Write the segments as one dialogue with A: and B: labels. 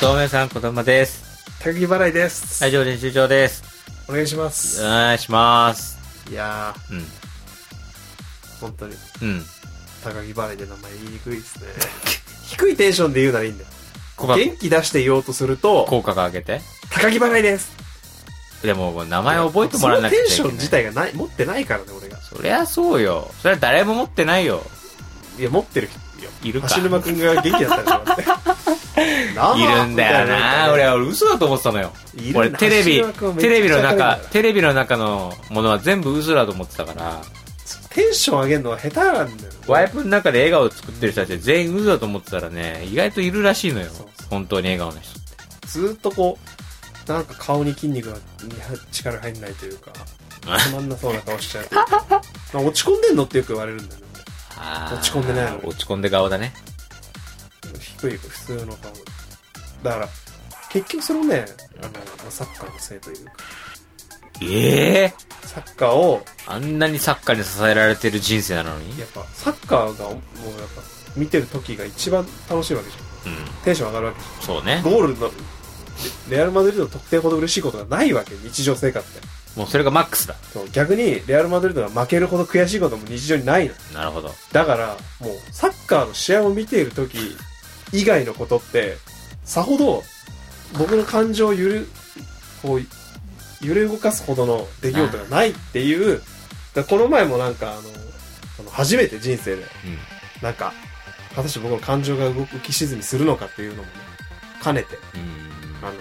A: 透明さん、子供です。
B: 高木払いです。
A: ラジオ練習場です。
B: お願いしま
A: お
B: す。
A: 願いします。
B: いや
A: うん。
B: ー、本当に、
A: うん。
B: 高木払いで名前言いにくいですね。 低いテンションで言うならいいんだよ。
A: ここ
B: 元気出して言おうとすると、
A: 効果が上げて。
B: 高木払いです。
A: でも、もう名前覚えてもらわなきゃいけない。
B: そのテンション自体がない、持ってないからね、俺が。
A: そりゃそうよ。それは誰も持ってないよ。
B: いや、持ってるよ。
A: いるか
B: 橋沼くんが元気だったからね。なあ
A: いるんだよ
B: みたい
A: な。俺は俺嘘だと思ってたのよ
B: い。る
A: 俺テレビ
B: 橋本君、
A: テ
B: めちゃくちゃ
A: レビの中
B: 明るいんだ、
A: テレビの中のものは全部嘘だと思ってたから、
B: テンション上げるのは下手なんだよ。
A: ワイプの中で笑顔を作ってる人たちは全員嘘だと思ってたらね、意外といるらしいのよ
B: そうそ。
A: 本当に笑顔の人。
B: ずーっとこう、なんか顔に筋肉が力入んないというか、つまんなそうな顔しちゃうと いうか。まあ落ち込んでんのってよく言われるんだよね。
A: あー
B: 落ち込んでないの
A: 落ち込んで顔だね。
B: 低い、普通の顔。だから、結局それをね、あの、まあサッカーのせいというか、
A: ええ
B: サッカーを、
A: あんなにサッカーに支えられてる人生なのに。
B: やっぱ、サッカーが、もうやっぱ、見てる時が一番楽しいわけじゃん。
A: うん。
B: テンション上がるわけじ
A: そうね
B: ゃん。。ゴールの、レレアル・マドリードの得点ほど嬉しいことがないわけ、日常生活って。
A: もうそれがマックスだ。
B: そう逆に、レアル・マドリードが負けるほど悔しいことも日常にないの。
A: なるほど。
B: だから、もう、サッカーの試合を見ている時以外のことって、さほど、僕の感情を揺る、こう、揺れ動かすほどの出来事がないっていう、だからこの前もなんか、あの、その初めて人生で、
A: うん。
B: なんか、果たして僕の感情が動く浮き沈みするのかっていうのもね、兼ねて、
A: うん
B: あの、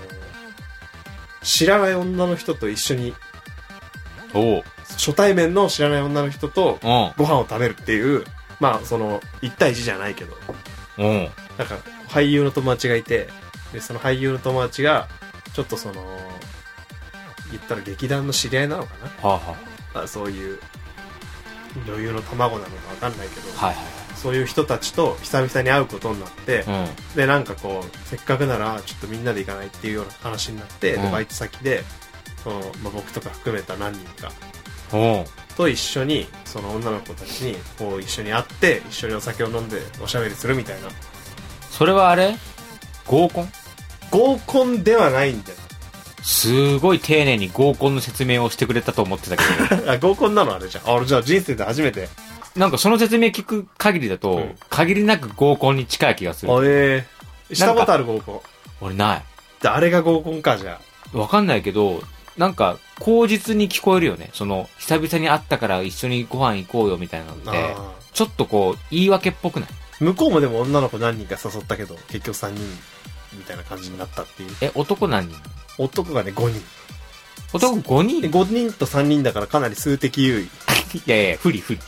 B: 知らない女の人と一緒に、
A: おう。
B: 初対面の知らない女の人とご飯を食べるっていう、まあ、その、1対1じゃないけど、
A: うん。うん。
B: なんか、俳優の友達がいて、で、その俳優の友達が、ちょっとその、言ったら劇団の知り合いなのか
A: はあ、は
B: なあそういう、女優の卵なのかわかんないけど、
A: あ、はい
B: そういう人たちと久々に会うことになって、
A: はい。うん。
B: で、なんかこう、せっかくなら、ちょっとみんなで行かないっていうような話になって、
A: うん
B: で、バイト先で、その、まあ、僕とか含めた何人か
A: おう
B: と一緒に、その女の子たちに、こう、一緒に会って、一緒にお酒を飲んで、おしゃべりするみたいな。
A: それはあれ合コン
B: 合コンではないんだよ。
A: すごい丁寧に合コンの説明をしてくれたと思ってたけ ど
B: あ合コンなのあれじゃん。あ、俺じゃあ人生で初めて。
A: なんかその説明聞く限りだと、
B: うん
A: 限りなく合コンに近い気がする
B: ええしたことある合コン。
A: 俺な
B: であれが合コンか、じゃ
A: いわかんないけどなんか口実に聞こえるよねその久々に会ったから一緒にご飯行こうよみたいなの
B: あ。
A: で
B: あ
A: ちょっとこう言い訳っぽくない
B: ー向こうもでも女の子何人か誘ったけど、結局3人みたいな感じになったっていう。
A: え男何人
B: 男がね、5人。
A: 男5人
B: で、5人と3人だからかなり数的優位。
A: いやいや不利不利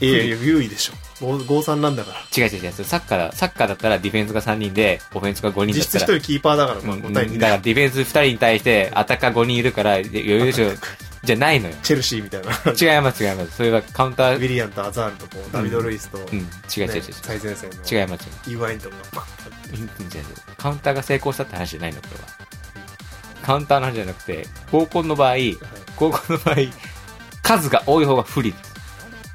B: いやいや、優位でしょ。5、3なんだか
A: 違
B: ら。
A: う違う違うそれサッカーだサッカーだったらディフェンスが3人でオフェンスが5人だ
B: 実質
A: った
B: 1
A: ら
B: 人キーパーだから、まあ、
A: うん
B: 5対2
A: だから
B: で。
A: ディフェンス2人に対して、アタッカー5人いるから、余裕でしょ、じゃないのよ。
B: チェルシーみたいな。
A: 違います、違います。それはカウンタ
B: ウィ
A: ー、
B: リアンとアザールとこう、ダビド・ルイスと、
A: うん、違う違う違
B: ね
A: う
B: 最前線の、
A: 違う。違います、違う。
B: イワインとかがバッ
A: うん違う違うカウンターが成功したって話じゃないの、これは。カウンターの話じゃなくて、合コンの場合、合コンの場合、数が多い方が不利です。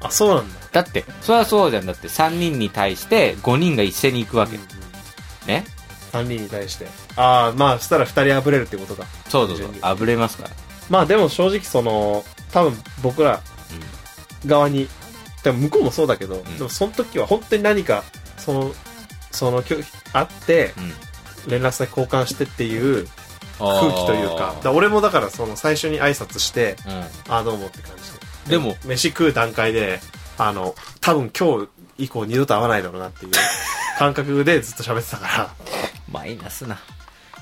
B: あ、そうなんだ。
A: だって、それはそうじゃん。だって3人に対して5人が一斉に行くわけ。ね。
B: 3人に対して。ああ、まあ、したら2人あぶれるってことか。
A: そうそうそう。あぶれますから。
B: まあでも正直その、多分僕ら側に、でも向こうもそうだけど、
A: ん
B: でもその時は本当に何か、その、その、きょ会って、
A: うん。うん。
B: 連絡先交換してっていう空気というか、だから俺もだからその最初に挨拶して、
A: あー。うん。
B: ああどうもって感じで。
A: でも
B: 飯食う段階で、あの、多分今日以降二度と会わないだろうなっていう感覚でずっと喋ってたから。
A: マイナスな。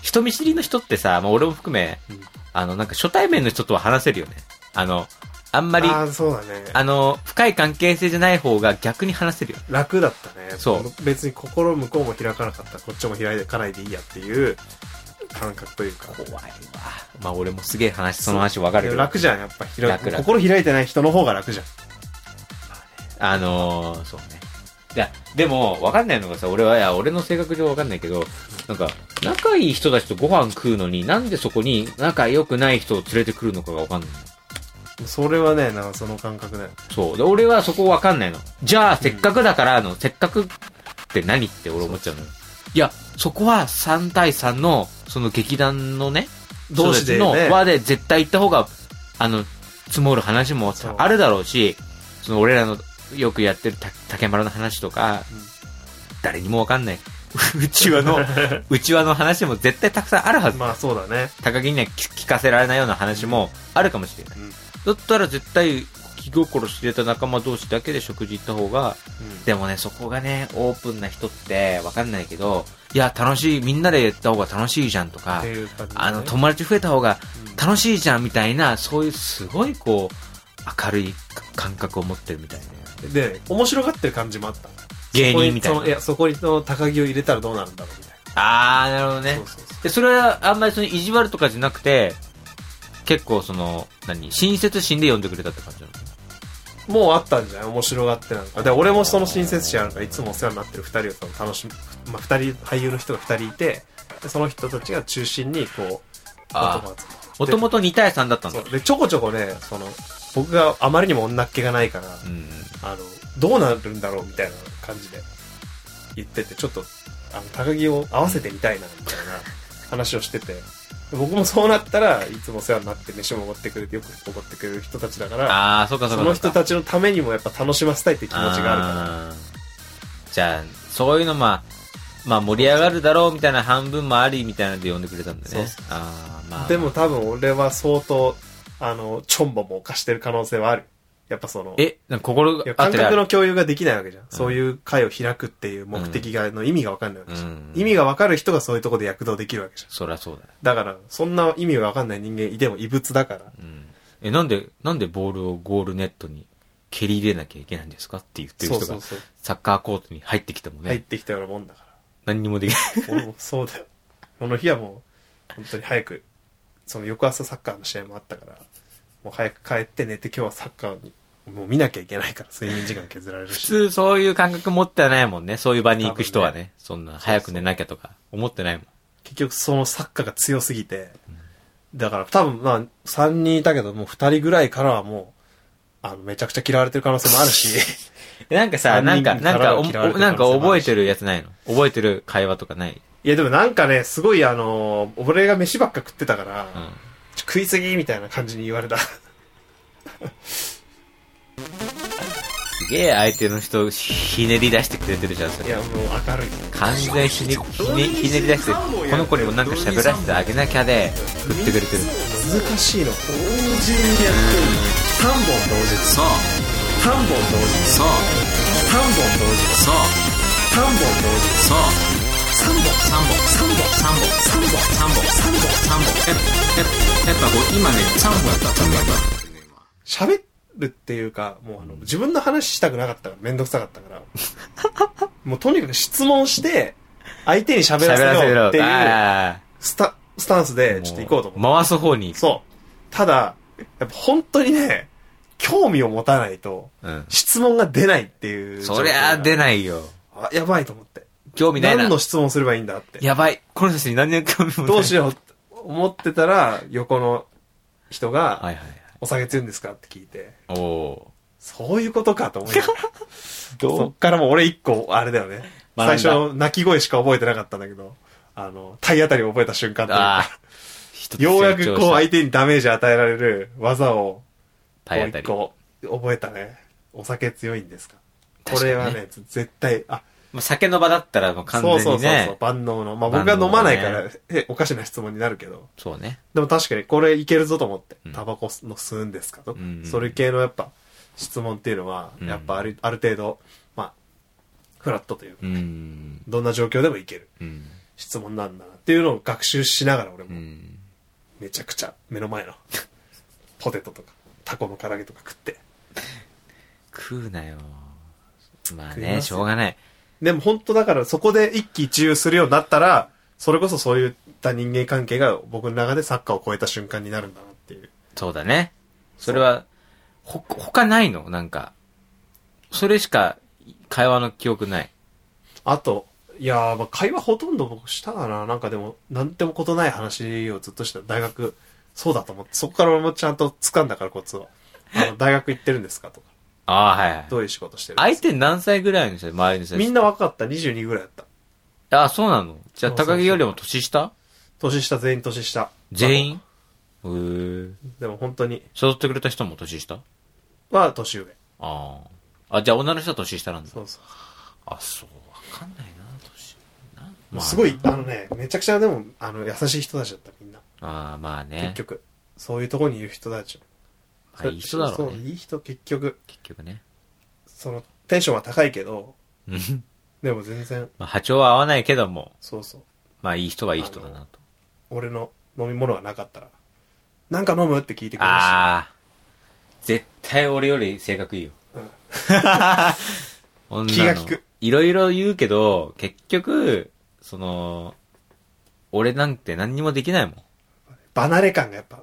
A: 人見知りの人ってさ、まあ、俺も含め、
B: うん
A: あの、なんか初対面の人とは話せるよね。あの、あんまり、
B: あ
A: あ
B: あ、そうだね。
A: の、深い関係性じゃない方が逆に話せるよね。
B: 楽だったね
A: そう
B: 別に心向こうも開かなかったらこっちも開いてかないでいいやっていう感覚というか
A: 怖いわ。まあ、俺もすげえ話、その話わかるけど。
B: 楽じゃんやっぱ開
A: 楽楽
B: 心開いてない人の方が楽じゃん
A: あのー、そうね。いや、でも、わかんないのがさ、俺は、いや、俺の性格上わかんないけど、なんか、仲いい人たちとご飯食うのに、なんでそこに仲良くない人を連れてくるのかがわかんない。
B: それはねなんかその感覚だよ
A: そう。で、俺はそこわかんないの。じゃあ、せっかくだからの、せっかくって何って俺思っちゃうのよ。いや、そこは3対3の、その劇団のね、
B: 同士でね
A: 人たちの輪で絶対行った方が、あの、積もる話も
B: そう
A: あるだろうし、その俺らのよくやってるた竹丸の話とか、
B: うん
A: 誰にもわかんない。 うちわの、うちわの話も絶対たくさんあるはず。
B: まあそうだね。
A: 高木には聞聞かせられないような話もあるかもしれない。
B: うん
A: だったら絶対、気心知れた仲間同士だけで食事行った方が、でもね、そこがね、オープンな人ってわかんないけど、いや、楽しい、みんなでやった方が楽しいじゃんと
B: っ
A: か
B: て、いう感じだね、
A: あの、友達増えた方が
B: うん
A: 楽しいじゃんみたいな、そういうすごいこう、明るい感覚を持ってるみたいな。
B: で、面白がってる感じもあった。
A: 芸人みたい
B: そこにそのい
A: な。
B: や、そこにその高木を入れたらどうなるんだろうみたい
A: あー、なるほど
B: な。
A: ね
B: そう。そうそう
A: で、それはあんまりその意地悪とかじゃなくて、結構その、何親切心で呼んでくれたって感じなの
B: もうあったんじゃない面白がってなんか。で、俺もその親切心あるから、いつもお世話になってる二人をその楽しむ、まあ、二人、俳優の人が二人いて、でその人たちが中心に、こう、
A: あー
B: 男が集まって
A: もともと2対3だったんだ
B: そう。。で、ちょこちょこね、その、僕があまりにも女っ気がないから、
A: うん。
B: あの、どうなるんだろうみたいな感じで言ってて、ちょっと、あの、高木を合わせてみたいな、みたい な話をしてて、僕もそうなったらいつもお世話になって飯もおごってくれてよくおごってくれる人たちだから、
A: あー、そうかそう
B: そ
A: か。
B: の人
A: ち
B: たちのためにもやっぱ楽しませたいって気持ちがあるから。
A: あーじゃあ、そういうのまあ、まあ盛り上がるだろうみたいな半分もありみたいなので呼んでくれたんだ
B: そう
A: ね
B: そ。
A: あーまあ。
B: でも、多分俺は相当、あの、チョンボも犯してる可能性はある。やっぱその、
A: え、なんか心
B: い
A: が
B: や感覚
A: る。
B: の共有ができないわけじゃん。そういう会を開くっていう目的が、の意味がわかんないわけ
A: う
B: じゃ
A: ん。
B: ん。意味がわかる人がそういうとこで躍動できるわけじゃん。
A: そりゃそうだ。
B: だから、そんな意味がわかんない人間いても異物だから。
A: うん。え、なんで、なんでボールをゴールネットに蹴り入れなきゃいけないんですかって言ってる
B: そう
A: 人
B: そ
A: が
B: う、そう。
A: サッカーコートに入ってきてもね、
B: 入ってきたようなもんだか
A: 何にもできない。
B: ら。俺もそうだよ。この日はもう、本当に早く、その翌朝サッカーの試合もあったから、もう早く帰って寝て今日はサッカーに、もう見なきゃいけないから、睡眠時間削られる
A: 普
B: し。
A: 通そういう感覚持ってないもんね。そういう場に行く人はね。そんな早く寝なきゃとか思ってないもん。
B: 結局そのサッカーが強すぎて、だから多分まあ3人いたけどもう2人ぐらいからはもう、あの、めちゃくちゃ嫌われてる可能性もあ るし、
A: えなんかさ、
B: 三人
A: なんか、なん
B: から
A: か、
B: は
A: お
B: 嫌われて
A: お
B: る
A: なんか
B: 可能性もあ
A: 覚
B: る
A: え
B: して
A: るやつないの覚えてる会話とかない
B: いやでもなんかね、すごいあの、俺が飯ばっか食ってたから、
A: うん。
B: 食いすぎみたいな感じに言わ れた。
A: すげえ相手の人ひねり出してくれてるじゃん、そ
B: い
A: れ。
B: や、もう明るい。
A: 完全ひね、ひね、ひねり出して、この子にもなんか喋らせてあげなきゃで、振ってくれてる。
B: 難しいの。同時にやってる。3本同時。そう。3本同時。そう。3本同時。そう。3本同時。そう。3本。3本。3本。3本。3本。3本。3本。3本。
C: やっやっぱこう今ね、3本やった、3本やった。
B: 喋るっていうか、もうあの、自分の話したくなかったから、めんどくさかったから。もうとにかく質問して、相手に喋らせろっていう
A: あ
B: スタ、スタンスで、
A: ー
B: ちょっと行こうと思って。
A: 回す方に行く。
B: そう。ただ、やっぱ本当にね、興味を持たないと、
A: うん。
B: 質問が出ないっていう。
A: そりゃ出
B: い。
A: ないよ。
B: あやばいと思って。
A: 興味ないな
B: 何の。質問すればいいんだって。
A: やばい。この人たちに何の興味もない。
B: どうし
A: よ
B: ようって思ってたら、横の人
A: は
B: が、
A: いはいはい。
B: お酒強いんですかって聞いて、
A: おお
B: そういうことかと思いな がら
A: ー。
B: そっからもう俺一個、あれだよね。
A: 学んだ
B: 最初、泣き声しか覚えてなかったんだけど、あの、体当たりを覚えた瞬間という
A: ああ
B: か、。ようやくこう相手にダメージ与えられる技を
A: 体当たり。
B: もう一個覚えたね。お酒強いんですか
A: 確
B: こ
A: かに
B: れ
A: ね
B: はね、絶対、あ、
A: まあ酒の場だったらもう完全にね。
B: そうそうそうそう、万能の。まあ僕は
A: 万能のね
B: 飲まないから、えおかしな質問になるけど。
A: そうね。
B: でも確かにこれいけるぞと思って
A: う、ん
B: タバコの吸うんですかと、
A: ん
B: それ系のやっぱ質問っていうのは、
A: うん
B: やっぱあるある程度、まあ、フラットというか、
A: うん。
B: どんな状況でもいける
A: うん。
B: 質問なんだなっていうのを学習しながら俺
A: う
B: も、
A: ん。
B: めちゃくちゃ目の前のポテトとか、タコの唐揚げとか食って。
A: 食うなよ。まあ
B: 食いま
A: ね、
B: す
A: し
B: よ
A: ょうがない。
B: でも本当だからそこで一喜一憂するようになったら、それこそそういった人間関係が僕の中でサッカーを超えた瞬間になるんだなっていう。
A: そうだね。それは、ほ、他ないのなんか。それしか会話の記憶ない。
B: あと、いやー、まあ会話ほとんど僕したかな。なんかでも、なんてもことない話をずっとした大学、そうだと思って、そこから俺もちゃんと掴んだからコツを。あ の、大学行ってるんですかとか、
A: ああ、はいはい。
B: どういう仕事してる
A: 相手何歳ぐらいの人周りの人
B: みんな若かった、22ぐらいだった。
A: あ、そうなのじゃあ、
B: そうそうそう
A: 高木よりも年下
B: 年下全員年下。
A: 全員へー
B: でも本当に、
A: 誘ってくれた人も年下
B: は年上。
A: ああ。あ、じゃあ女の人は年下なんだ。
B: そうそ
A: あ、そう。わかんないな、年。な
B: う。
A: まあ
B: すごい、あのね、めちゃくちゃでも、あの、優しい人たちだった、みんな。
A: ああ、まあね
B: 結。局。そういうところにいる人たち。
A: まあ、いい人だろ
B: そう
A: うね。
B: いい人、結局。
A: 結局ね。
B: その、テンションは高いけど、
A: うん
B: でも全然、
A: まあ、波長は合わないけども、
B: そうそう。
A: まあ、いい人はいい人だなと。
B: 俺の飲み物がなかったら、なんか飲むって聞いてくれるし。
A: ああ。絶対俺より性格いいよ。女の
B: 気が利く。
A: いろいろ言うけど、結局、その、俺なんて何にもできないもん。
B: 離れ感がやっぱ、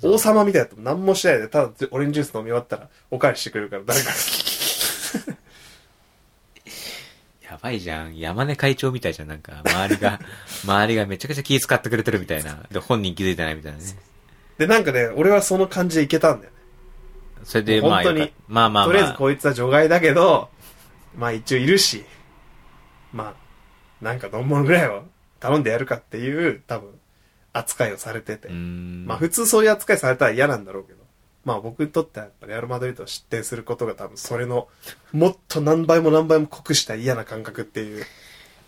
A: そう
B: 王様みたいだと何もしないで、ただオレンジジュース飲み終わったら、お返ししてくれるから、誰 かが。
A: やばいじゃん。山根会長みたいじゃん。なんか、周り が、周りがめちゃくちゃ気遣ってくれてるみたいな。で、本人気づいてないみたいなね。
B: で、なんかね、俺はその感じでいけたんだよね。
A: それで、まあ、
B: 本当に
A: よかまあまあまあ。
B: とりあえずこいつは除外だけど、まあ一応いるし、まあ、なんか飲むものぐらいは頼んでやるかっていう、多分、扱いをされてて。
A: うーん。
B: まあ普通そういう扱いされたら嫌なんだろうけど。まあ僕にとってはやっぱレアル・マドリードを失点することが多分それのもっと何倍も何倍も濃くした嫌な感覚っていう。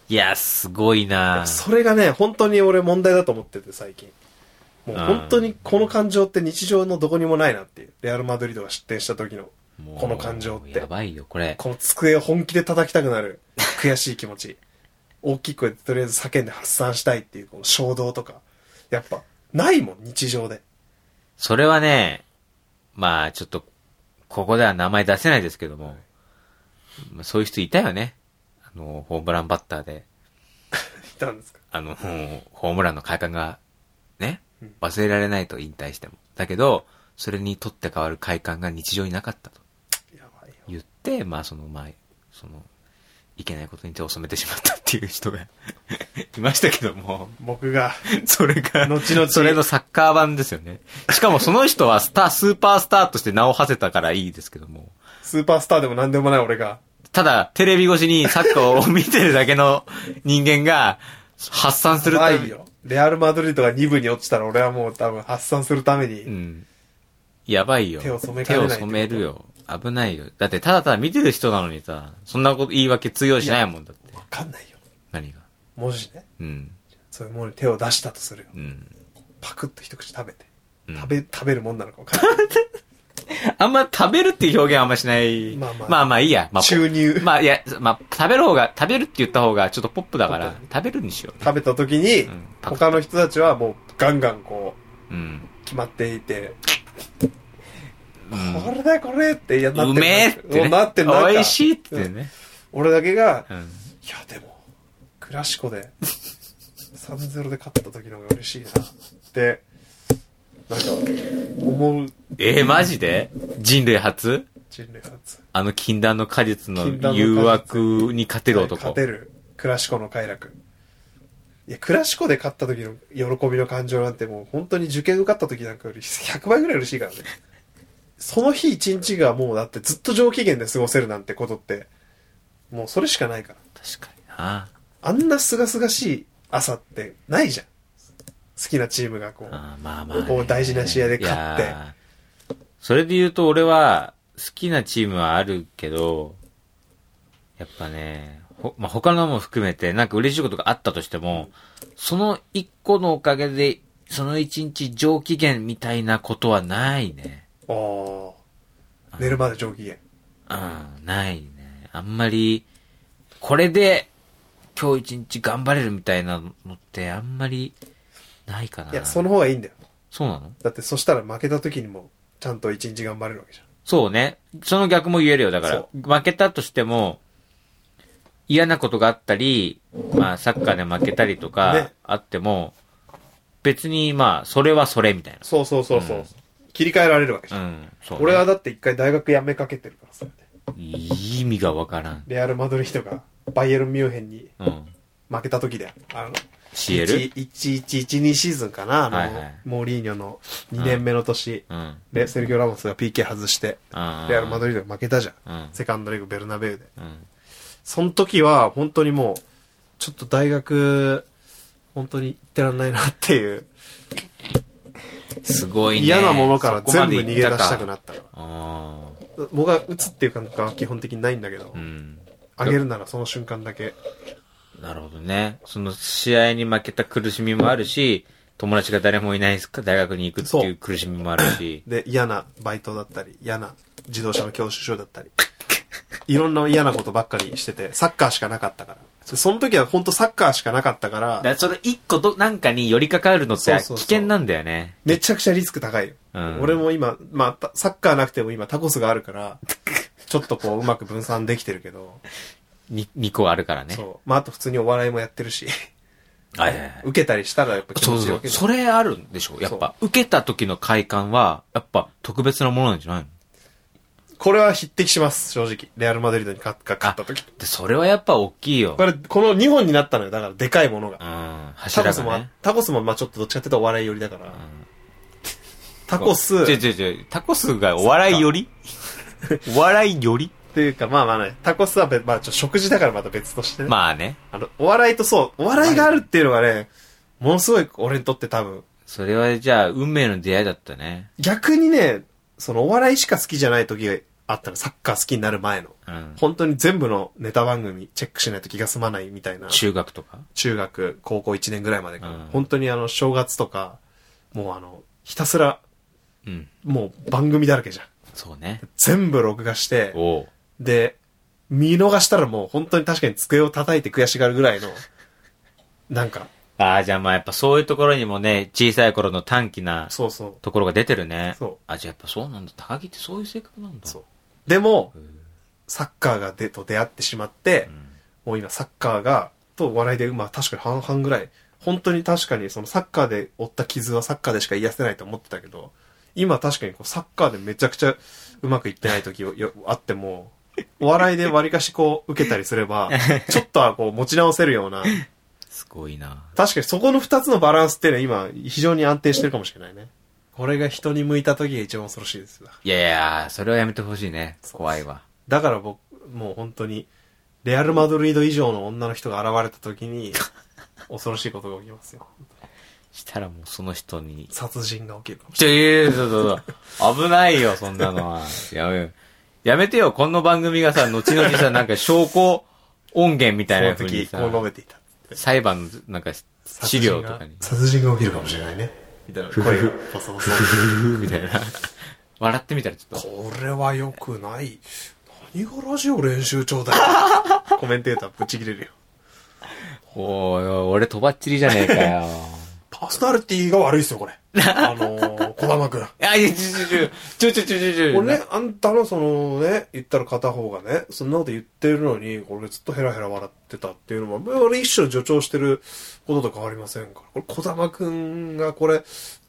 A: いや、すごいな
B: それがね、本当に俺問題だと思ってて最近。もう本当にこの感情って日常のどこにもないなっていう。レアル・マドリードが失点した時の、
A: もう
B: この感情って
A: やばいよ、これ。
B: この机を本気で叩きたくなる悔しい気持ち。大きい声でとりあえず叫んで発散したいっていうこの衝動とか。やっぱ、ないもん、日常で。
A: それはね、まあ、ちょっと、ここでは名前出せないですけども、まあそういう人いたよね。あの、ホームランバッターで、
B: いたんですか
A: あの、 ホームランの快感が、ね
B: うん、
A: 忘れられないと引退しても。だけど、それにとって変わる快感が日常になかったと
B: やばいよ。
A: 言って、まあ、その、まあ、その、いけないことに手を染めてしまったっていう人が、 いましたけども。
B: 僕が、
A: それが、
B: 後々
A: それのサッカー版ですよね。しかもその人はスター、スーパースターとして名を馳せたからいいですけども。
B: スーパースターでも何でもない俺が、
A: ただ、テレビ越しにサッカーを見てるだけの人間が発散する
B: 怖
A: た
B: い
A: め
B: よ。レアル・マドリードが2部に落ちたら俺はもう多分発散するため
A: う
B: に、
A: ん。やばいよ。
B: 手を染めかねないってこと
A: 手を染めるよ。危ないよ。だって、ただただ見てる人なのにさ、そんなこと言い訳通用しないもんだって。
B: わかんないよ。
A: 何が。
B: もしね、
A: うん。
B: そういうものに手を出したとするよ。
A: うん。
B: パクッと一口食べて。
A: うん
B: 食べ、食べるもんなのかわかんない。
A: あんま食べるっていう表現はあんましない。
B: まあまあ
A: まあまあいいや。まあ、
B: 注入
A: まあいや、まあ、食べる方が、食べるって言った方がちょっとポップだから
B: ポッ、
A: 食べるにしよ
B: 食べた時に
A: うん、パクッと
B: 他の人たちはもうガンガンこ
A: う。うん。
B: う、決まっていて、
A: うん
B: これだこれって、やなって
A: う
B: る
A: めえって
B: もう
A: ね。
B: なってるなんか
A: 美味しいってね。
B: 俺だけが、
A: うん。
B: いやでも、クラシコで、3-0で勝った時の方が嬉しいなって、なんか、思う
A: えー、マジで人類初
B: 人類初。
A: あの禁断の果実の
B: 禁断の果実
A: 誘惑に勝てる男。
B: 勝てる。クラシコの快楽。いや、クラシコで勝った時の喜びの感情なんてもう本当に受験受かった時なんかより100倍ぐらい嬉しいからね。その日一日がもうだってずっと上機嫌で過ごせるなんてことって、もうそれしかないから。
A: 確かにな。
B: あんな清々しい朝ってないじゃん。好きなチームがこう。
A: あーまあまあね、
B: こう大事な試合で勝って
A: いやー。それで言うと俺は好きなチームはあるけど、やっぱね、ほまあ、他のも含めてなんか嬉しいことがあったとしても、その一個のおかげで、その一日上機嫌みたいなことはないね。
B: ああ。寝るまで上機嫌。
A: うん、ないね。あんまり、これで今日一日頑張れるみたいなのってあんまりないかな。
B: いや、その方がいいんだよ。
A: そうなの
B: だってそしたら負けた時にも、ちゃんと一日頑張れるわけじ
A: そうね。その逆も言えるよ。だか
B: そ
A: ら、負けたとしても、嫌なことがあったり、まあ、サッカーで負けたりとか
B: ね、
A: あっても、別に、まあ、それはそれみたい
B: ゃん。そうそうそうそう。
A: うん
B: 切り替えられるわけじゃ。
A: な。うんん。そう、
B: 俺は、だって一回大学辞めかけてるからさ。
A: いい意味がわからん。
B: レアル・マドリードが、バイエルン・ミュンヘンに
A: うん。
B: 負けた時だよ。あの、
A: CL?
B: 1112シーズンかな、あの、
A: はいはい
B: モーリーニョの2年目の年、
A: うん。うん。
B: で、セルギオ・ラモスが PK 外して、レアル・マドリードが負けたじゃん。
A: うん。
B: セカンドレグベルナベウで。
A: うん。
B: その時は、本当にもう、ちょっと大学、本当に行ってらんないなっていう、
A: すごいね。
B: 嫌なものから
A: そこま
B: 全
A: で
B: 部逃げ出したく
A: 行ったか
B: なったから。
A: ああ。
B: 僕は打つっていう感覚は基本的にないんだけど
A: う、ん。
B: あげるならその瞬間だけ。
A: なるほどね。その試合に負けた苦しみもあるし、友達が誰もいない大学に行くって
B: そ
A: いう
B: う
A: 苦しみもあるし。
B: で、嫌なバイトだったり、嫌な自動車の教習所だったり、 いろんな嫌なことばっかりしてて、サッカーしかなかったから。でその時は本当サッカーしかなかった か、
A: だかららその一個ど、なんかに寄りかかるのって
B: そう
A: 危
B: そうそう
A: 険なんだよね。
B: めちゃくちゃリスク高いよ。
A: うん
B: 俺も今、まあた、サッカーなくても今タコスがあ るから、ちょっとこううまく分散できてるけど、
A: に、2個あるからね。
B: そう。まあ、あと普通にお笑いもやってるし、
A: はいはいはい。
B: 受けたりしたらやっぱ気
A: そ
B: 持
A: う
B: ちいい
A: そ
B: わ
A: う。
B: け
A: それあるんでしょやっぱ。受けた時の快感は、やっぱ特別なものなんじゃないの
B: これは匹敵します、正直。レアル・マドリードに勝った勝った時。
A: で、それはやっぱ大きいよ。
B: これ、この2本になったのよ。だから、でかいもの
A: う。
B: が
A: ん。
B: タコ
A: 柱
B: ス
A: が
B: も
A: ね。、
B: タコスも、まあちょっとどっちかっていうとお笑い寄りだから。タ
A: タ
B: コスっ
A: 違う違う違う。タコスがお笑いよりお 笑いより
B: ていうか、まあまあね、タコスはべ、まあちょ、食事だからまた別としてね。
A: まあね。
B: あの、お笑いとそう、お笑いがあるっていうのがね、ものすごい俺にとって多分、
A: それはじゃあ、運命の出会いだったね。
B: 逆にね、そのお笑いしか好きじゃない時があったの、サッカー好きになる前の。
A: うん。
B: 本当に全部のネタ番組チェックしないと気が済まないみたいな。
A: 中学とか
B: 中学、高校1年ぐらいまでから、
A: うん
B: 本当にあの、正月とか、もうあの、ひたすら、
A: うん。
B: もう番組だらけじゃん。
A: そうね。
B: 全部録画して、
A: おう。
B: で、見逃したらもう本当に確かに机を叩いて悔しがるぐらいの、なんか、
A: ああ、じゃあまあやっぱそういうところにもね、小さい頃の短気な
B: そうそ
A: ところが出てるね。
B: そう
A: あ、じゃあやっぱそうなんだ。高木ってそういう性格なんだ。
B: う。そう。でも
A: う、ん。
B: サッカーがでと出会ってしまって、もう今サッカーが、とお笑いで、まあ確かに半々ぐらい、本当に確かにそのサッカーで負った傷はサッカーでしか癒せないと思ってたけど、今確かにこうサッカーでめちゃくちゃうまくいってない 時をよあっても、お笑いで割かしこう受けたりすれ ば、ちょっとはこう持ち直せるような、
A: すごいな。
B: 確かにそこの二つのバランスっていうのは今非常に安定してるかもしれないね。これが人に向いた時が一番恐ろしいですわ
A: いやいや、それはやめてほしいね。
B: そう
A: 怖いわ。
B: だから僕、もう本当に、レアル・マドリード以上の女の人が現れた時に、恐ろしいことが起きますよ。
A: したらもうその人に。
B: 殺人が起きるかもし
A: ちょ、いやいや、そうそうそう。危ないよ、そんなのは。やめ、やめてよ、この番組がさ、後々さ、なんか証拠音源みた
B: れ
A: い
B: な。
A: ない
B: そ
A: 風
B: の
A: に
B: 時、
A: さ
B: こ、う述べていた。
A: 裁判の、なんか、資料とかに、
B: 殺人が起きるかもしれないね。みたいな声がボソボ
A: ふ
B: ソ。
A: ふふ みたいな。笑ってみたらちょっと。
B: これは良くない。何がラジオ練習長だよ。コメンテーターぶち切れるよ。
A: おーおい、俺とばっちりじゃねえかよ。
B: パーソナリティが悪いっすよ、これ。あのー、小玉くん。
A: いや、いや、ちょちょちょ、ちょちょちょちょ、
B: 俺ね、あんたのそのね、言ったら片方がね、そんなこと言ってるのに、俺ずっとヘラヘラ笑ってたっていうのは、俺一生助長してることと変わりませんから。これ、小玉くんがこれ、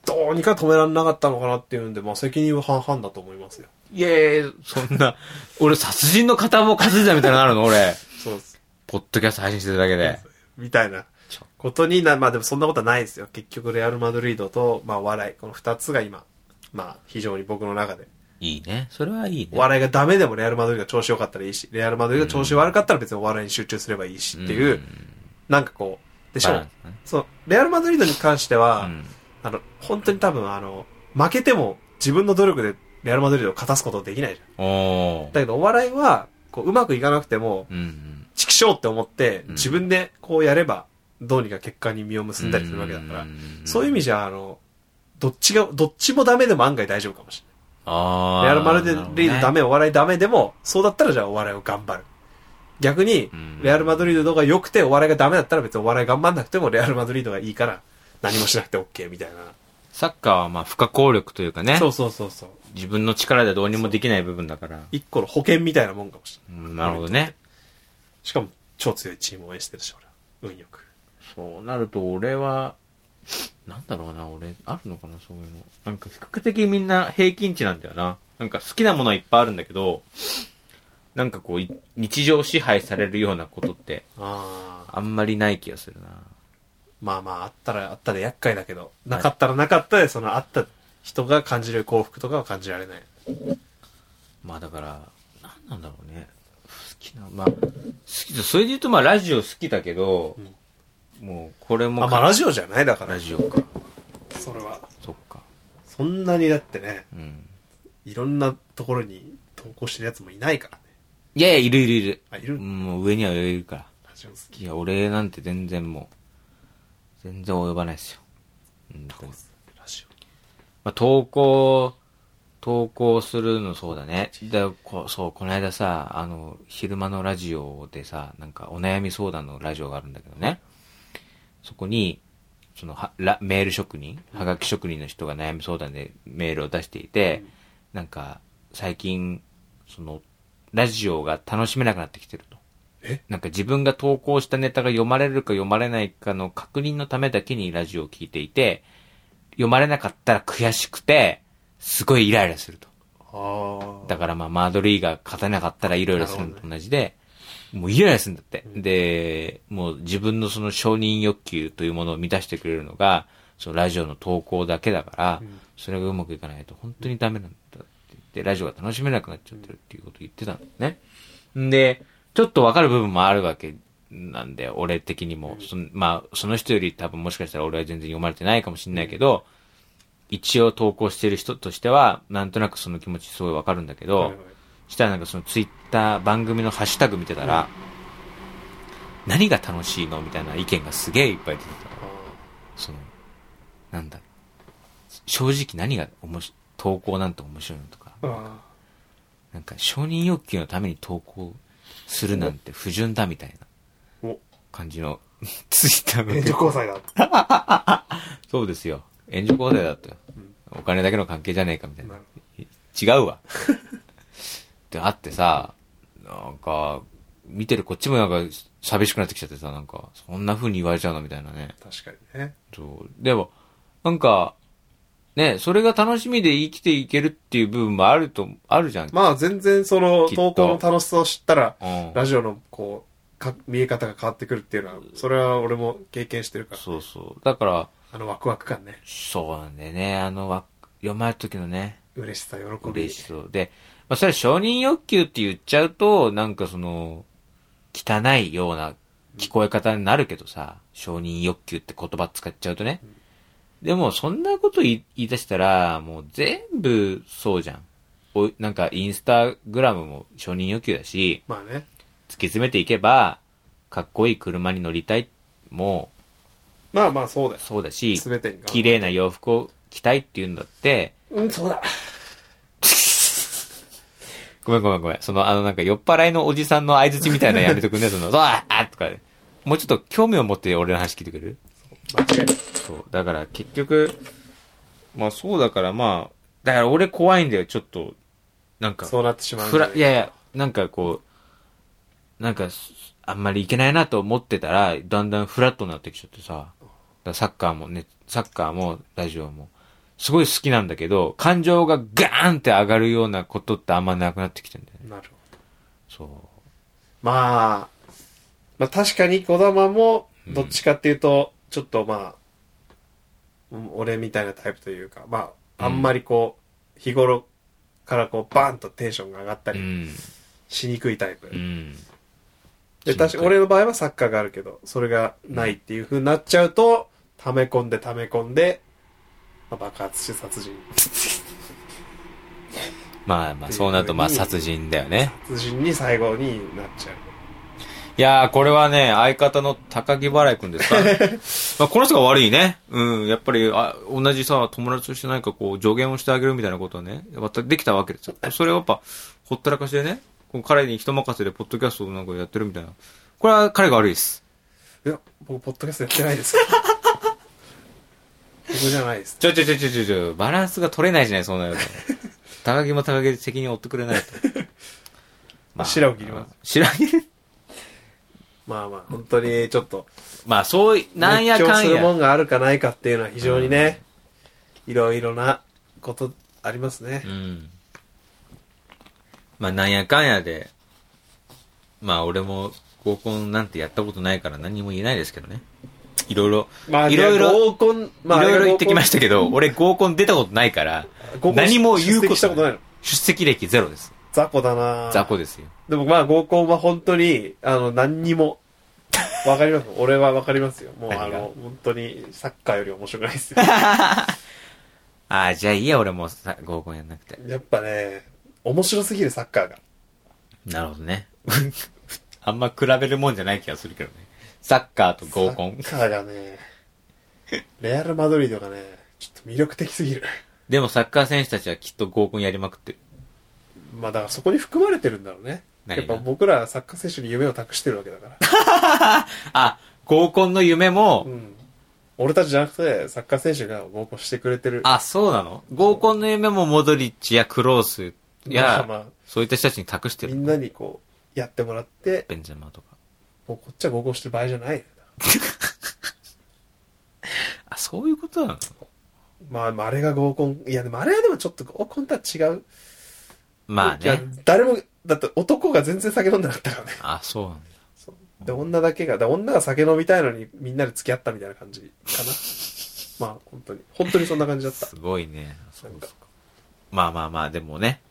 B: どうにか止められなかったのかなっていうんで、まあ責任は半々だと思いますよ。
A: いやいやいや、そんな、俺殺人の片棒担いだみたいになるの、俺。
B: そうです。
A: ポッドキャスト配信してるだけで。
B: みたいな
A: ちょ
B: ことにな、まあでもそんなことはないですよ。結局、レアル・マドリードと、まあお笑い、この二つが今、まあ非常に僕の中で
A: いいね。それはいい
B: お
A: ね。
B: 笑いがダメでもレアル・マドリードが調子良かったらいいし、レアル・マドリードが調子悪かったら別にお笑いに集中すればいいしっていう、
A: うん
B: なんかこう、でしょ
A: バラ
B: も
A: ンスね
B: そう、レアル・マドリードに関しては、
A: うん
B: あの、本当に多分あの、負けても自分の努力でレアル・マドリードを勝たすことできないじゃん。
A: おー
B: だけどお笑いは、こう、うまくいかなくても、
A: うんうん。
B: チキショーって思って、
A: うん
B: 自分でこうやれば、どうにか結果に身を結んだりするわけだから、そういう意味
A: じ
B: じゃ、あの、どっちが、どっちもダメでも案外大丈夫かもしれない。
A: あー
B: レアル・マドリードダ
A: なるほどね
B: メ、お笑いダメでも、そうだったらじゃあお笑いを頑張る。逆に
A: うん、
B: レアル・マドリードが良くてお笑いがダメだったら別にお笑い頑張んなくてもレアル・マドリードがいいから、何もしなくて OK みたいな。
A: サッカーはまあ不可抗力というかね。
B: そうそうそうそう。
A: 自分の力ではどうにもできない部分だから。
B: 一個の保険みたいなもんかもしれない。
A: うんなるほどね。
B: しかも、超強いチームを応援してるし、俺は。運よく。
A: そうなると俺は、なんだろうな、俺、あるのかな、そういうの。なんか比較的みんな平均値なんだよな。なんか好きなものはいっぱいあるんだけど、なんかこう、い日常支配されるようなことって、
B: ああ。
A: あんまりない気がするな。
B: まあまあ、あったらあったで厄介だけど、なかったらなかったで、そのあった人が感じる幸福とかは感じられない。
A: まあだから、なんなんだろうね。きな、まあ、好きだ、それで言うとまあラジオ好きだけど、もうこれも
B: あ、まあラジオじゃないだから
A: ラ、ジオか。
B: それは。
A: そっか。
B: そんなにだってね、
A: うん。
B: いろんなところに投稿してるやつもいないからね。
A: いやいや、いるいるいる。
B: あ、いる
A: もう上には上いるから。
B: ラジオ好き。
A: いや、俺なんて全然もう、全然及ばないですよ。うん、でも
B: ラジ
A: まあ、投稿、投稿するのそうだね。だこそう、この間さ、あの、昼間のラジオでさ、なんかお悩み相談のラジオがあるんだけどね。そこに、そのはラ、メール職人、はがき職人の人が悩み相談でメールを出していて、なんか、最近、その、ラジオが楽しめなくなってきてると。
B: え
A: なんか自分が投稿したネタが読まれるか読まれないかの確認のためだけにラジオを聞いていて、読まれなかったら悔しくて、すごいイライラすると。
B: オ。ああ。
A: だからまあ、マドリーが勝てなかったらイライラするのと同じで、もうイライラするんだって。で、もう自分のその承認欲求というものを満たしてくれるのが、そのラジオの投稿だけだから、
B: うん
A: それがうまくいかないと本当にダメなんだって言って、ラジオが楽しめなくなっちゃってるっていうことを言ってたんだよね。んで、ちょっとわかる部分もあるわけなんだよ、俺的にも。そのまあ、その人より多分もしかしたら俺は全然読まれてないかもしれないけど、一応投稿してる人としては、なんとなくその気持ちすごいわかるんだけど、
B: はいはい
A: したらなんかそのツイッター番組のハッシュタグ見てたら、何が楽しいのみたいな意見がすげえいっぱい出てた。
B: あ
A: その、なんだ、正直何がおもし投稿なんて面白いのとか、
B: ーあ
A: なんか承認欲求のために投稿するなんて不純だみたいな
B: ー。 お、
A: 感じのツイッターが
B: 援助交際だ。な
A: そうですよ。援助交代だったよ。お金だけの関係じゃねえかみたいな
B: る。
A: 違うわ。ってあってさ、なんか、見てるこっちもなんか寂しくなってきちゃってさ、なんか、そんな風に言われちゃうのみたいなね。
B: 確かにね。
A: そう。でも、なんか、ね、それが楽しみで生きていけるっていう部分もあると、あるじゃん。
B: まあ全然その
A: きっと
B: 投稿の楽しさを知ったら、
A: うん
B: ラジオのこう、か見え方が変わってくるっていうのは、それは俺も経験してるから、
A: そうそう。だから、
B: あのワクワク感ね。
A: そうなんだよね。あの、わ読まれる時のね、
B: 嬉しさ、喜び。
A: 嬉しそう。で、まあ、それは承認欲求って言っちゃうと、なんかその、汚いような聞こえ方になるけどさ、承認欲求って言葉使っちゃうとね。でも、そんなこと言い言い出したら、もう全部そうじゃん。おいなんか、インスタグラムも承認欲求だし、
B: まあね。
A: 突き詰めていけば、かっこいい車に乗りたいも
B: まあまあそうだよ。
A: そうだし、
B: すべてにが
A: 綺麗な洋服を着たいっていうんだって、
B: うん、そうだ。
A: ごめんごめんごめん。その、あの、なんか酔っ払いのおじさんの相槌みたいなのやめと くね、その、そうああとか。もうちょっと興味を持って俺の話聞いてくれる
B: 間違いない。
A: そう。だから結局、まあそうだからまあ、だから俺怖いんだよ、ちょっと。なんか、
B: そうなってしまうん
A: ふ
B: じゃな
A: ら、いやいや、なんかこう、なんか、すあんまりいけないなと思ってたら、だんだんフラットになってきちゃってさ、だからサッカーもね、サッカーもラジオも、すごい好きなんだけど、感情がガーンって上がるようなことってあんまなくなってきてんだよね。
B: なるほど。
A: そう。
B: まあ、まあ確かに小玉も、どっちかっていうと、ちょっとまあ、うん俺みたいなタイプというか、まあ、あんまりこう、日頃からこう、バーンとテンションが上がった
A: う
B: り
A: ん。
B: しにくいタイプ。
A: うん。
B: で、確か俺の場合はサッカーがあるけど、それがないっていう風になっちゃうと、溜め込んで溜め込んで、まあ爆発して殺人。
A: まあまあ、そうなると、まあ、殺人だよね。
B: 殺人に最後になっちゃう。
A: いやー、これはね、相方の高木払いくんですか まあ、この人が悪いね。うん、やっぱり、あ、同じさ、友達として何かこう、助言をしてあげるみたいなことはね、やっぱできたわけですよ。それをやっぱ、ほったらかしでね、こう彼に人任せで、ポッドキャストをなんかやってるみたいな。これは彼が悪いです。
B: いや、僕、ポッドキャストやってない です。僕じゃないです。
A: ちょちょちょちょちょちょ、バランスが取れないじゃない、そうなると。高木も高木で責任を負ってくれ ないと。
B: 白を切ります。
A: 白を切る
B: まあまあ、本当に、ちょっと、
A: まあ、そうい、なんやか
B: 熱狂
A: ん
B: するも
A: や。
B: んがあるかないかっていうのは非常にね、いろいろなことありますね
A: う。ん。まあ、なんやかんやで、まあ、俺も合コンなんてやったことないから何も言えないですけどね。いろいろ、
B: まあ、
A: いろいろ、
B: 合コン、まあ、
A: いろいろ言ってきま
B: し
A: したけど、俺合コン出たことないから
B: 合コ、ン
A: 何も言う
B: 出
A: こ
B: 席したこととな
A: ないい
B: の。
A: 出席歴ゼロです。
B: 雑魚だな
A: 雑魚ですよ。
B: でもまあ合コンは本当に、あの、何にも、わかります。 俺はわかりますよ。もうあ
A: 何が
B: の、本当にサッカーより面白くない ですよ。
A: ああ、じゃあいいや、俺もうさ合コンやんなくて。
B: やっぱね、面白すぎるサッカーが。
A: なるほどね。 あんま比べるもんじゃない気がするけどね。サッカーと合コン
B: サッ。カーがね、レアル・マドリードがね、ちょっと魅力的すぎる。
A: でもサッカー選手たちはきっと合コンやりまくってる。
B: まあだからそこに含まれてるんだろうね。やっ
A: 何
B: ぱ
A: が
B: 僕らはサッカー選手に夢を託してるわけだから。
A: あ、合コンの夢も、
B: うん。俺たちじゃなくて、サッカー選手が合コンしてくれてる。
A: あ、そうなの合コンの夢もモドリッチやクロース
B: まあ
A: や、
B: ま
A: そういった人たちに託して
B: あ、み
A: る。
B: んなにこう、やってもらって、
A: ベンジャマとか。
B: もうこっちは合コンしてる場合じゃない。
A: あ、そういうことなの
B: まあ、まああれが合コン。いや、でもあれはでもちょっと合コンとは違う。
A: まあ
B: いや
A: ね。
B: 誰も、だって男が全然酒飲んでなかったからね。
A: あ、そうなんだ。
B: で、女だけが、だから女が酒飲みたいのにみんなで付き合ったみたいな感じかな。まあ、本当に。本当にそんな感じだった。
A: すごいね。
B: なんか。
A: まあまあまあ、でもね。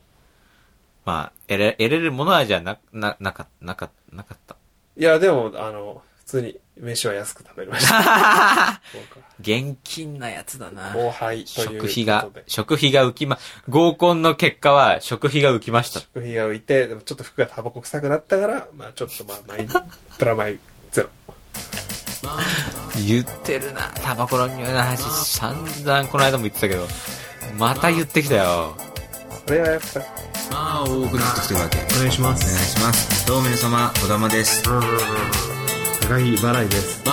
A: まあ、得れ得れるものはじゃあな、な、なか、なか、なかった。
B: いや、でも、あの、普通に飯は安く食べました。 そうか
A: 現金なやつだな。
B: 後輩とい
A: 食
B: うことで。
A: 費が、食費が浮きま、合コンの結果は食費が浮きました。
B: 食費が浮いて、でもちょっと服がタバコ臭くなったから、まあちょっとまあ、マイ、プラマイゼロ。
A: 言ってるな。タバコの匂いの話、散々この間も言ってたけど、また言ってきたよ。
B: それはやっぱ、
C: まあ多くなってきてるわけお願いしますお願いしますどうも皆様小玉です高木払いです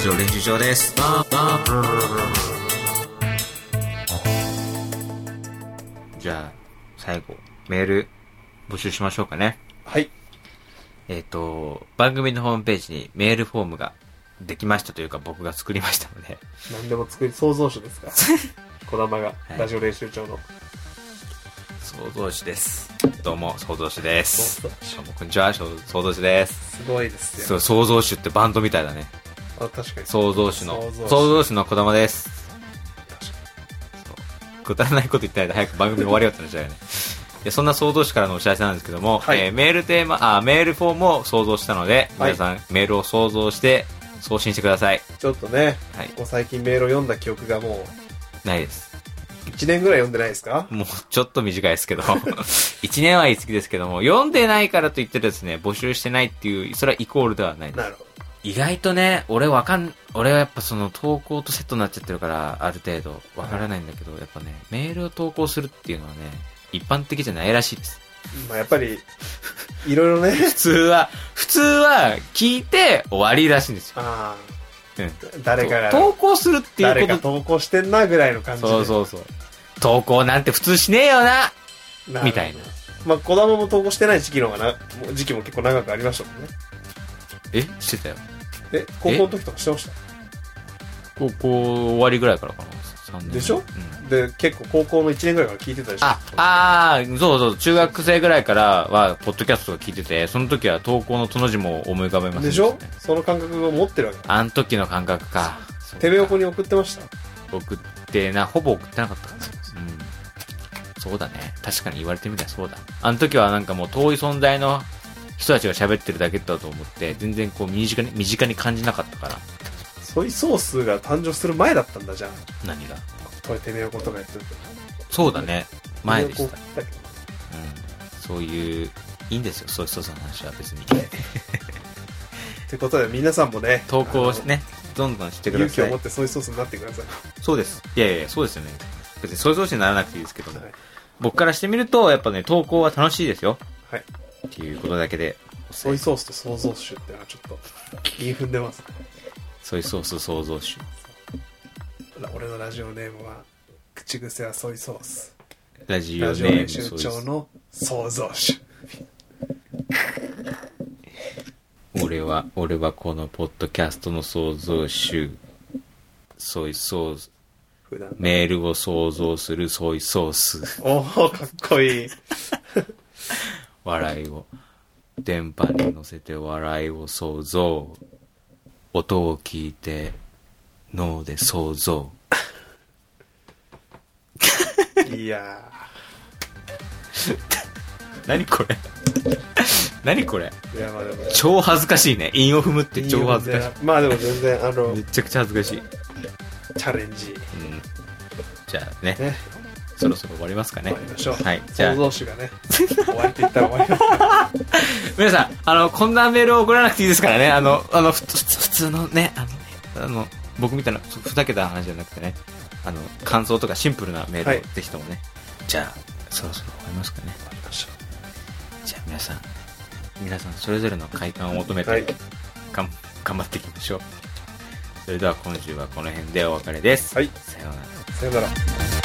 C: 以上練習場です
A: じゃあ、最後、メール募集しましょうかね。
B: はい。
A: えっ、と、番組のホームページにメールフォームができましたというか僕が作りましたので、
B: 何でも作り、創造主で すから。小玉が、
A: い
B: ラジオ練習長の。
A: 創造主です。どうも、創造主です。
B: ど
A: ど
B: うも
A: うも、こんにちは、創創造主です。
B: すごいです
A: そ
B: よ。
A: う、創造主ってバンドみたいだね。
B: あ確かに。
A: 創造主の
B: 創造、主
A: 創造主の小玉です。
B: 確か
A: くだらないこと言ったら早く番組終わりよってなっちゃうよね。いやそんな創造主からのお知らせなんですけども、
B: はい
A: えーメールテーマ、あ、メールフォームを創造したので、
B: はい
A: 皆さんメールを創造して送信してください。
B: にちょっとね、
A: はい
B: こ。こ最近メールを読んだ記憶がも
A: ないです。
B: う、1年ぐらい読んでないですか
A: もうちょっと短いですけど、1年は言い過ぎですけども、読んでないからといってですね、募集してないっていう、それはイコールではないです。
B: なるほど。
A: 意外とね、俺わかん、俺はやっぱその投稿とセットになっちゃってるから、ある程度わからないんだけど、やっぱね、メールを投稿するっていうのはね、一般的じゃないらしいです。
B: まあやっぱり、いろいろね、
A: 普通は、普通は聞いて終わりらしいんですよ。
B: あ
A: うん
B: あ、誰かが、
A: 投稿するってい
B: 誰
A: う
B: か
A: こ
B: 投稿してんなぐらいの感
A: と。
B: じで。
A: そうそうそう。投稿なんて普通しねえよな
B: なるほど
A: みたいな。
B: まあ、子供も投稿してない時期の方がな、もう時期も結構長くありましたもんね。
A: えしてたよ。
B: え、高校の時とかしてまし
A: 高校終わりぐらいからかな。3年
B: でしょ
A: うん
B: たで、結構高校の1年ぐらいから聞いてたでしょ
A: あ、あーそうそう、中学生ぐらいからは、ポッドキャストが聞いてて、その時は投稿のとの字も思い浮かべません
B: で
A: で
B: し
A: したね
B: ょその感覚を持ってるわけ。
A: あの時の感覚か。
B: てめえをここに送ってました
A: 送ってな、ほぼ送ってなかったかな。うん。そうだね。確かに言われてみたらそうだ。あの時はなんかもう遠い存在の人たちが喋ってるだけだと思って、全然こう身近に、身近に感じなかったから。
B: ソイソースが誕生する前だったんだじゃん。
A: 何が
B: これてめえをことかやってると。
A: そうだね。前で
B: て
A: し
B: めえを
A: た
B: こ。うだけど
A: うん。そういう、いいんですよ。そういう人さんの話は別に。
B: ということで、皆さんもね、
A: 投稿をね、どんどんして
B: あの
A: くだ
B: 勇気
A: さ
B: を持っ
A: い。
B: てソイソースになってください。
A: そうです。いやいや、そうですよね。別に想像してならなくていいですけども
B: はい。
A: 僕からしてみると、やっぱね、投稿は楽しいですよ。
B: はい。
A: っていうことだけで。
B: ソイソースと創造主ってのはちょっと、言い踏んでます。
A: ソイソース創造主。
B: 俺のラジオネームは、口癖はソイソース。
A: ラジオ
B: ラ
A: ネ
B: ジオ練
A: ーム
B: 習
A: ソイ
B: 長
A: ソ
B: の創造主。
A: 俺は、俺はこのポッドキャストの創造主。ソイソース。
B: 普段の
A: メールを創造するソイソース。
B: おおかっこいい。
A: 笑いを。電波に乗せて笑いを創造。音を聞いて、脳で創造。
B: いやー
A: 何これ 何これ
B: いや、まあでも。
A: 超恥ずかしいね。韻を踏むって超恥ずかしい。
B: まあでも全然、あの
A: め、ちゃくちゃ恥ずかしい。うん。
B: チャレンジ、
A: じゃあね、
B: ね、
A: そろそろ終わりますかね
B: 終わ。りましょう。
A: はいじゃあ
B: 創造主がね、終わりって言ったら 終わりますから。
A: 皆さん、あの、こんなメールを送らなくていいですからね。あの、あの、ふつふつ普通のね、あの、あの僕みたいなふふざけた話じゃなくてね、あの、感想とかシンプルなメールを、
B: はい
A: ぜひともね。じゃあ、そろそろ終わりますかね。
B: 終わりましょ
A: じゃあ皆さん、皆さんそれぞれの快感を求めて、
B: はい
A: がん頑張っていきましょう。それでは今週はこの辺でお別れです。
B: はい
A: さようなら。
B: う。さよなら。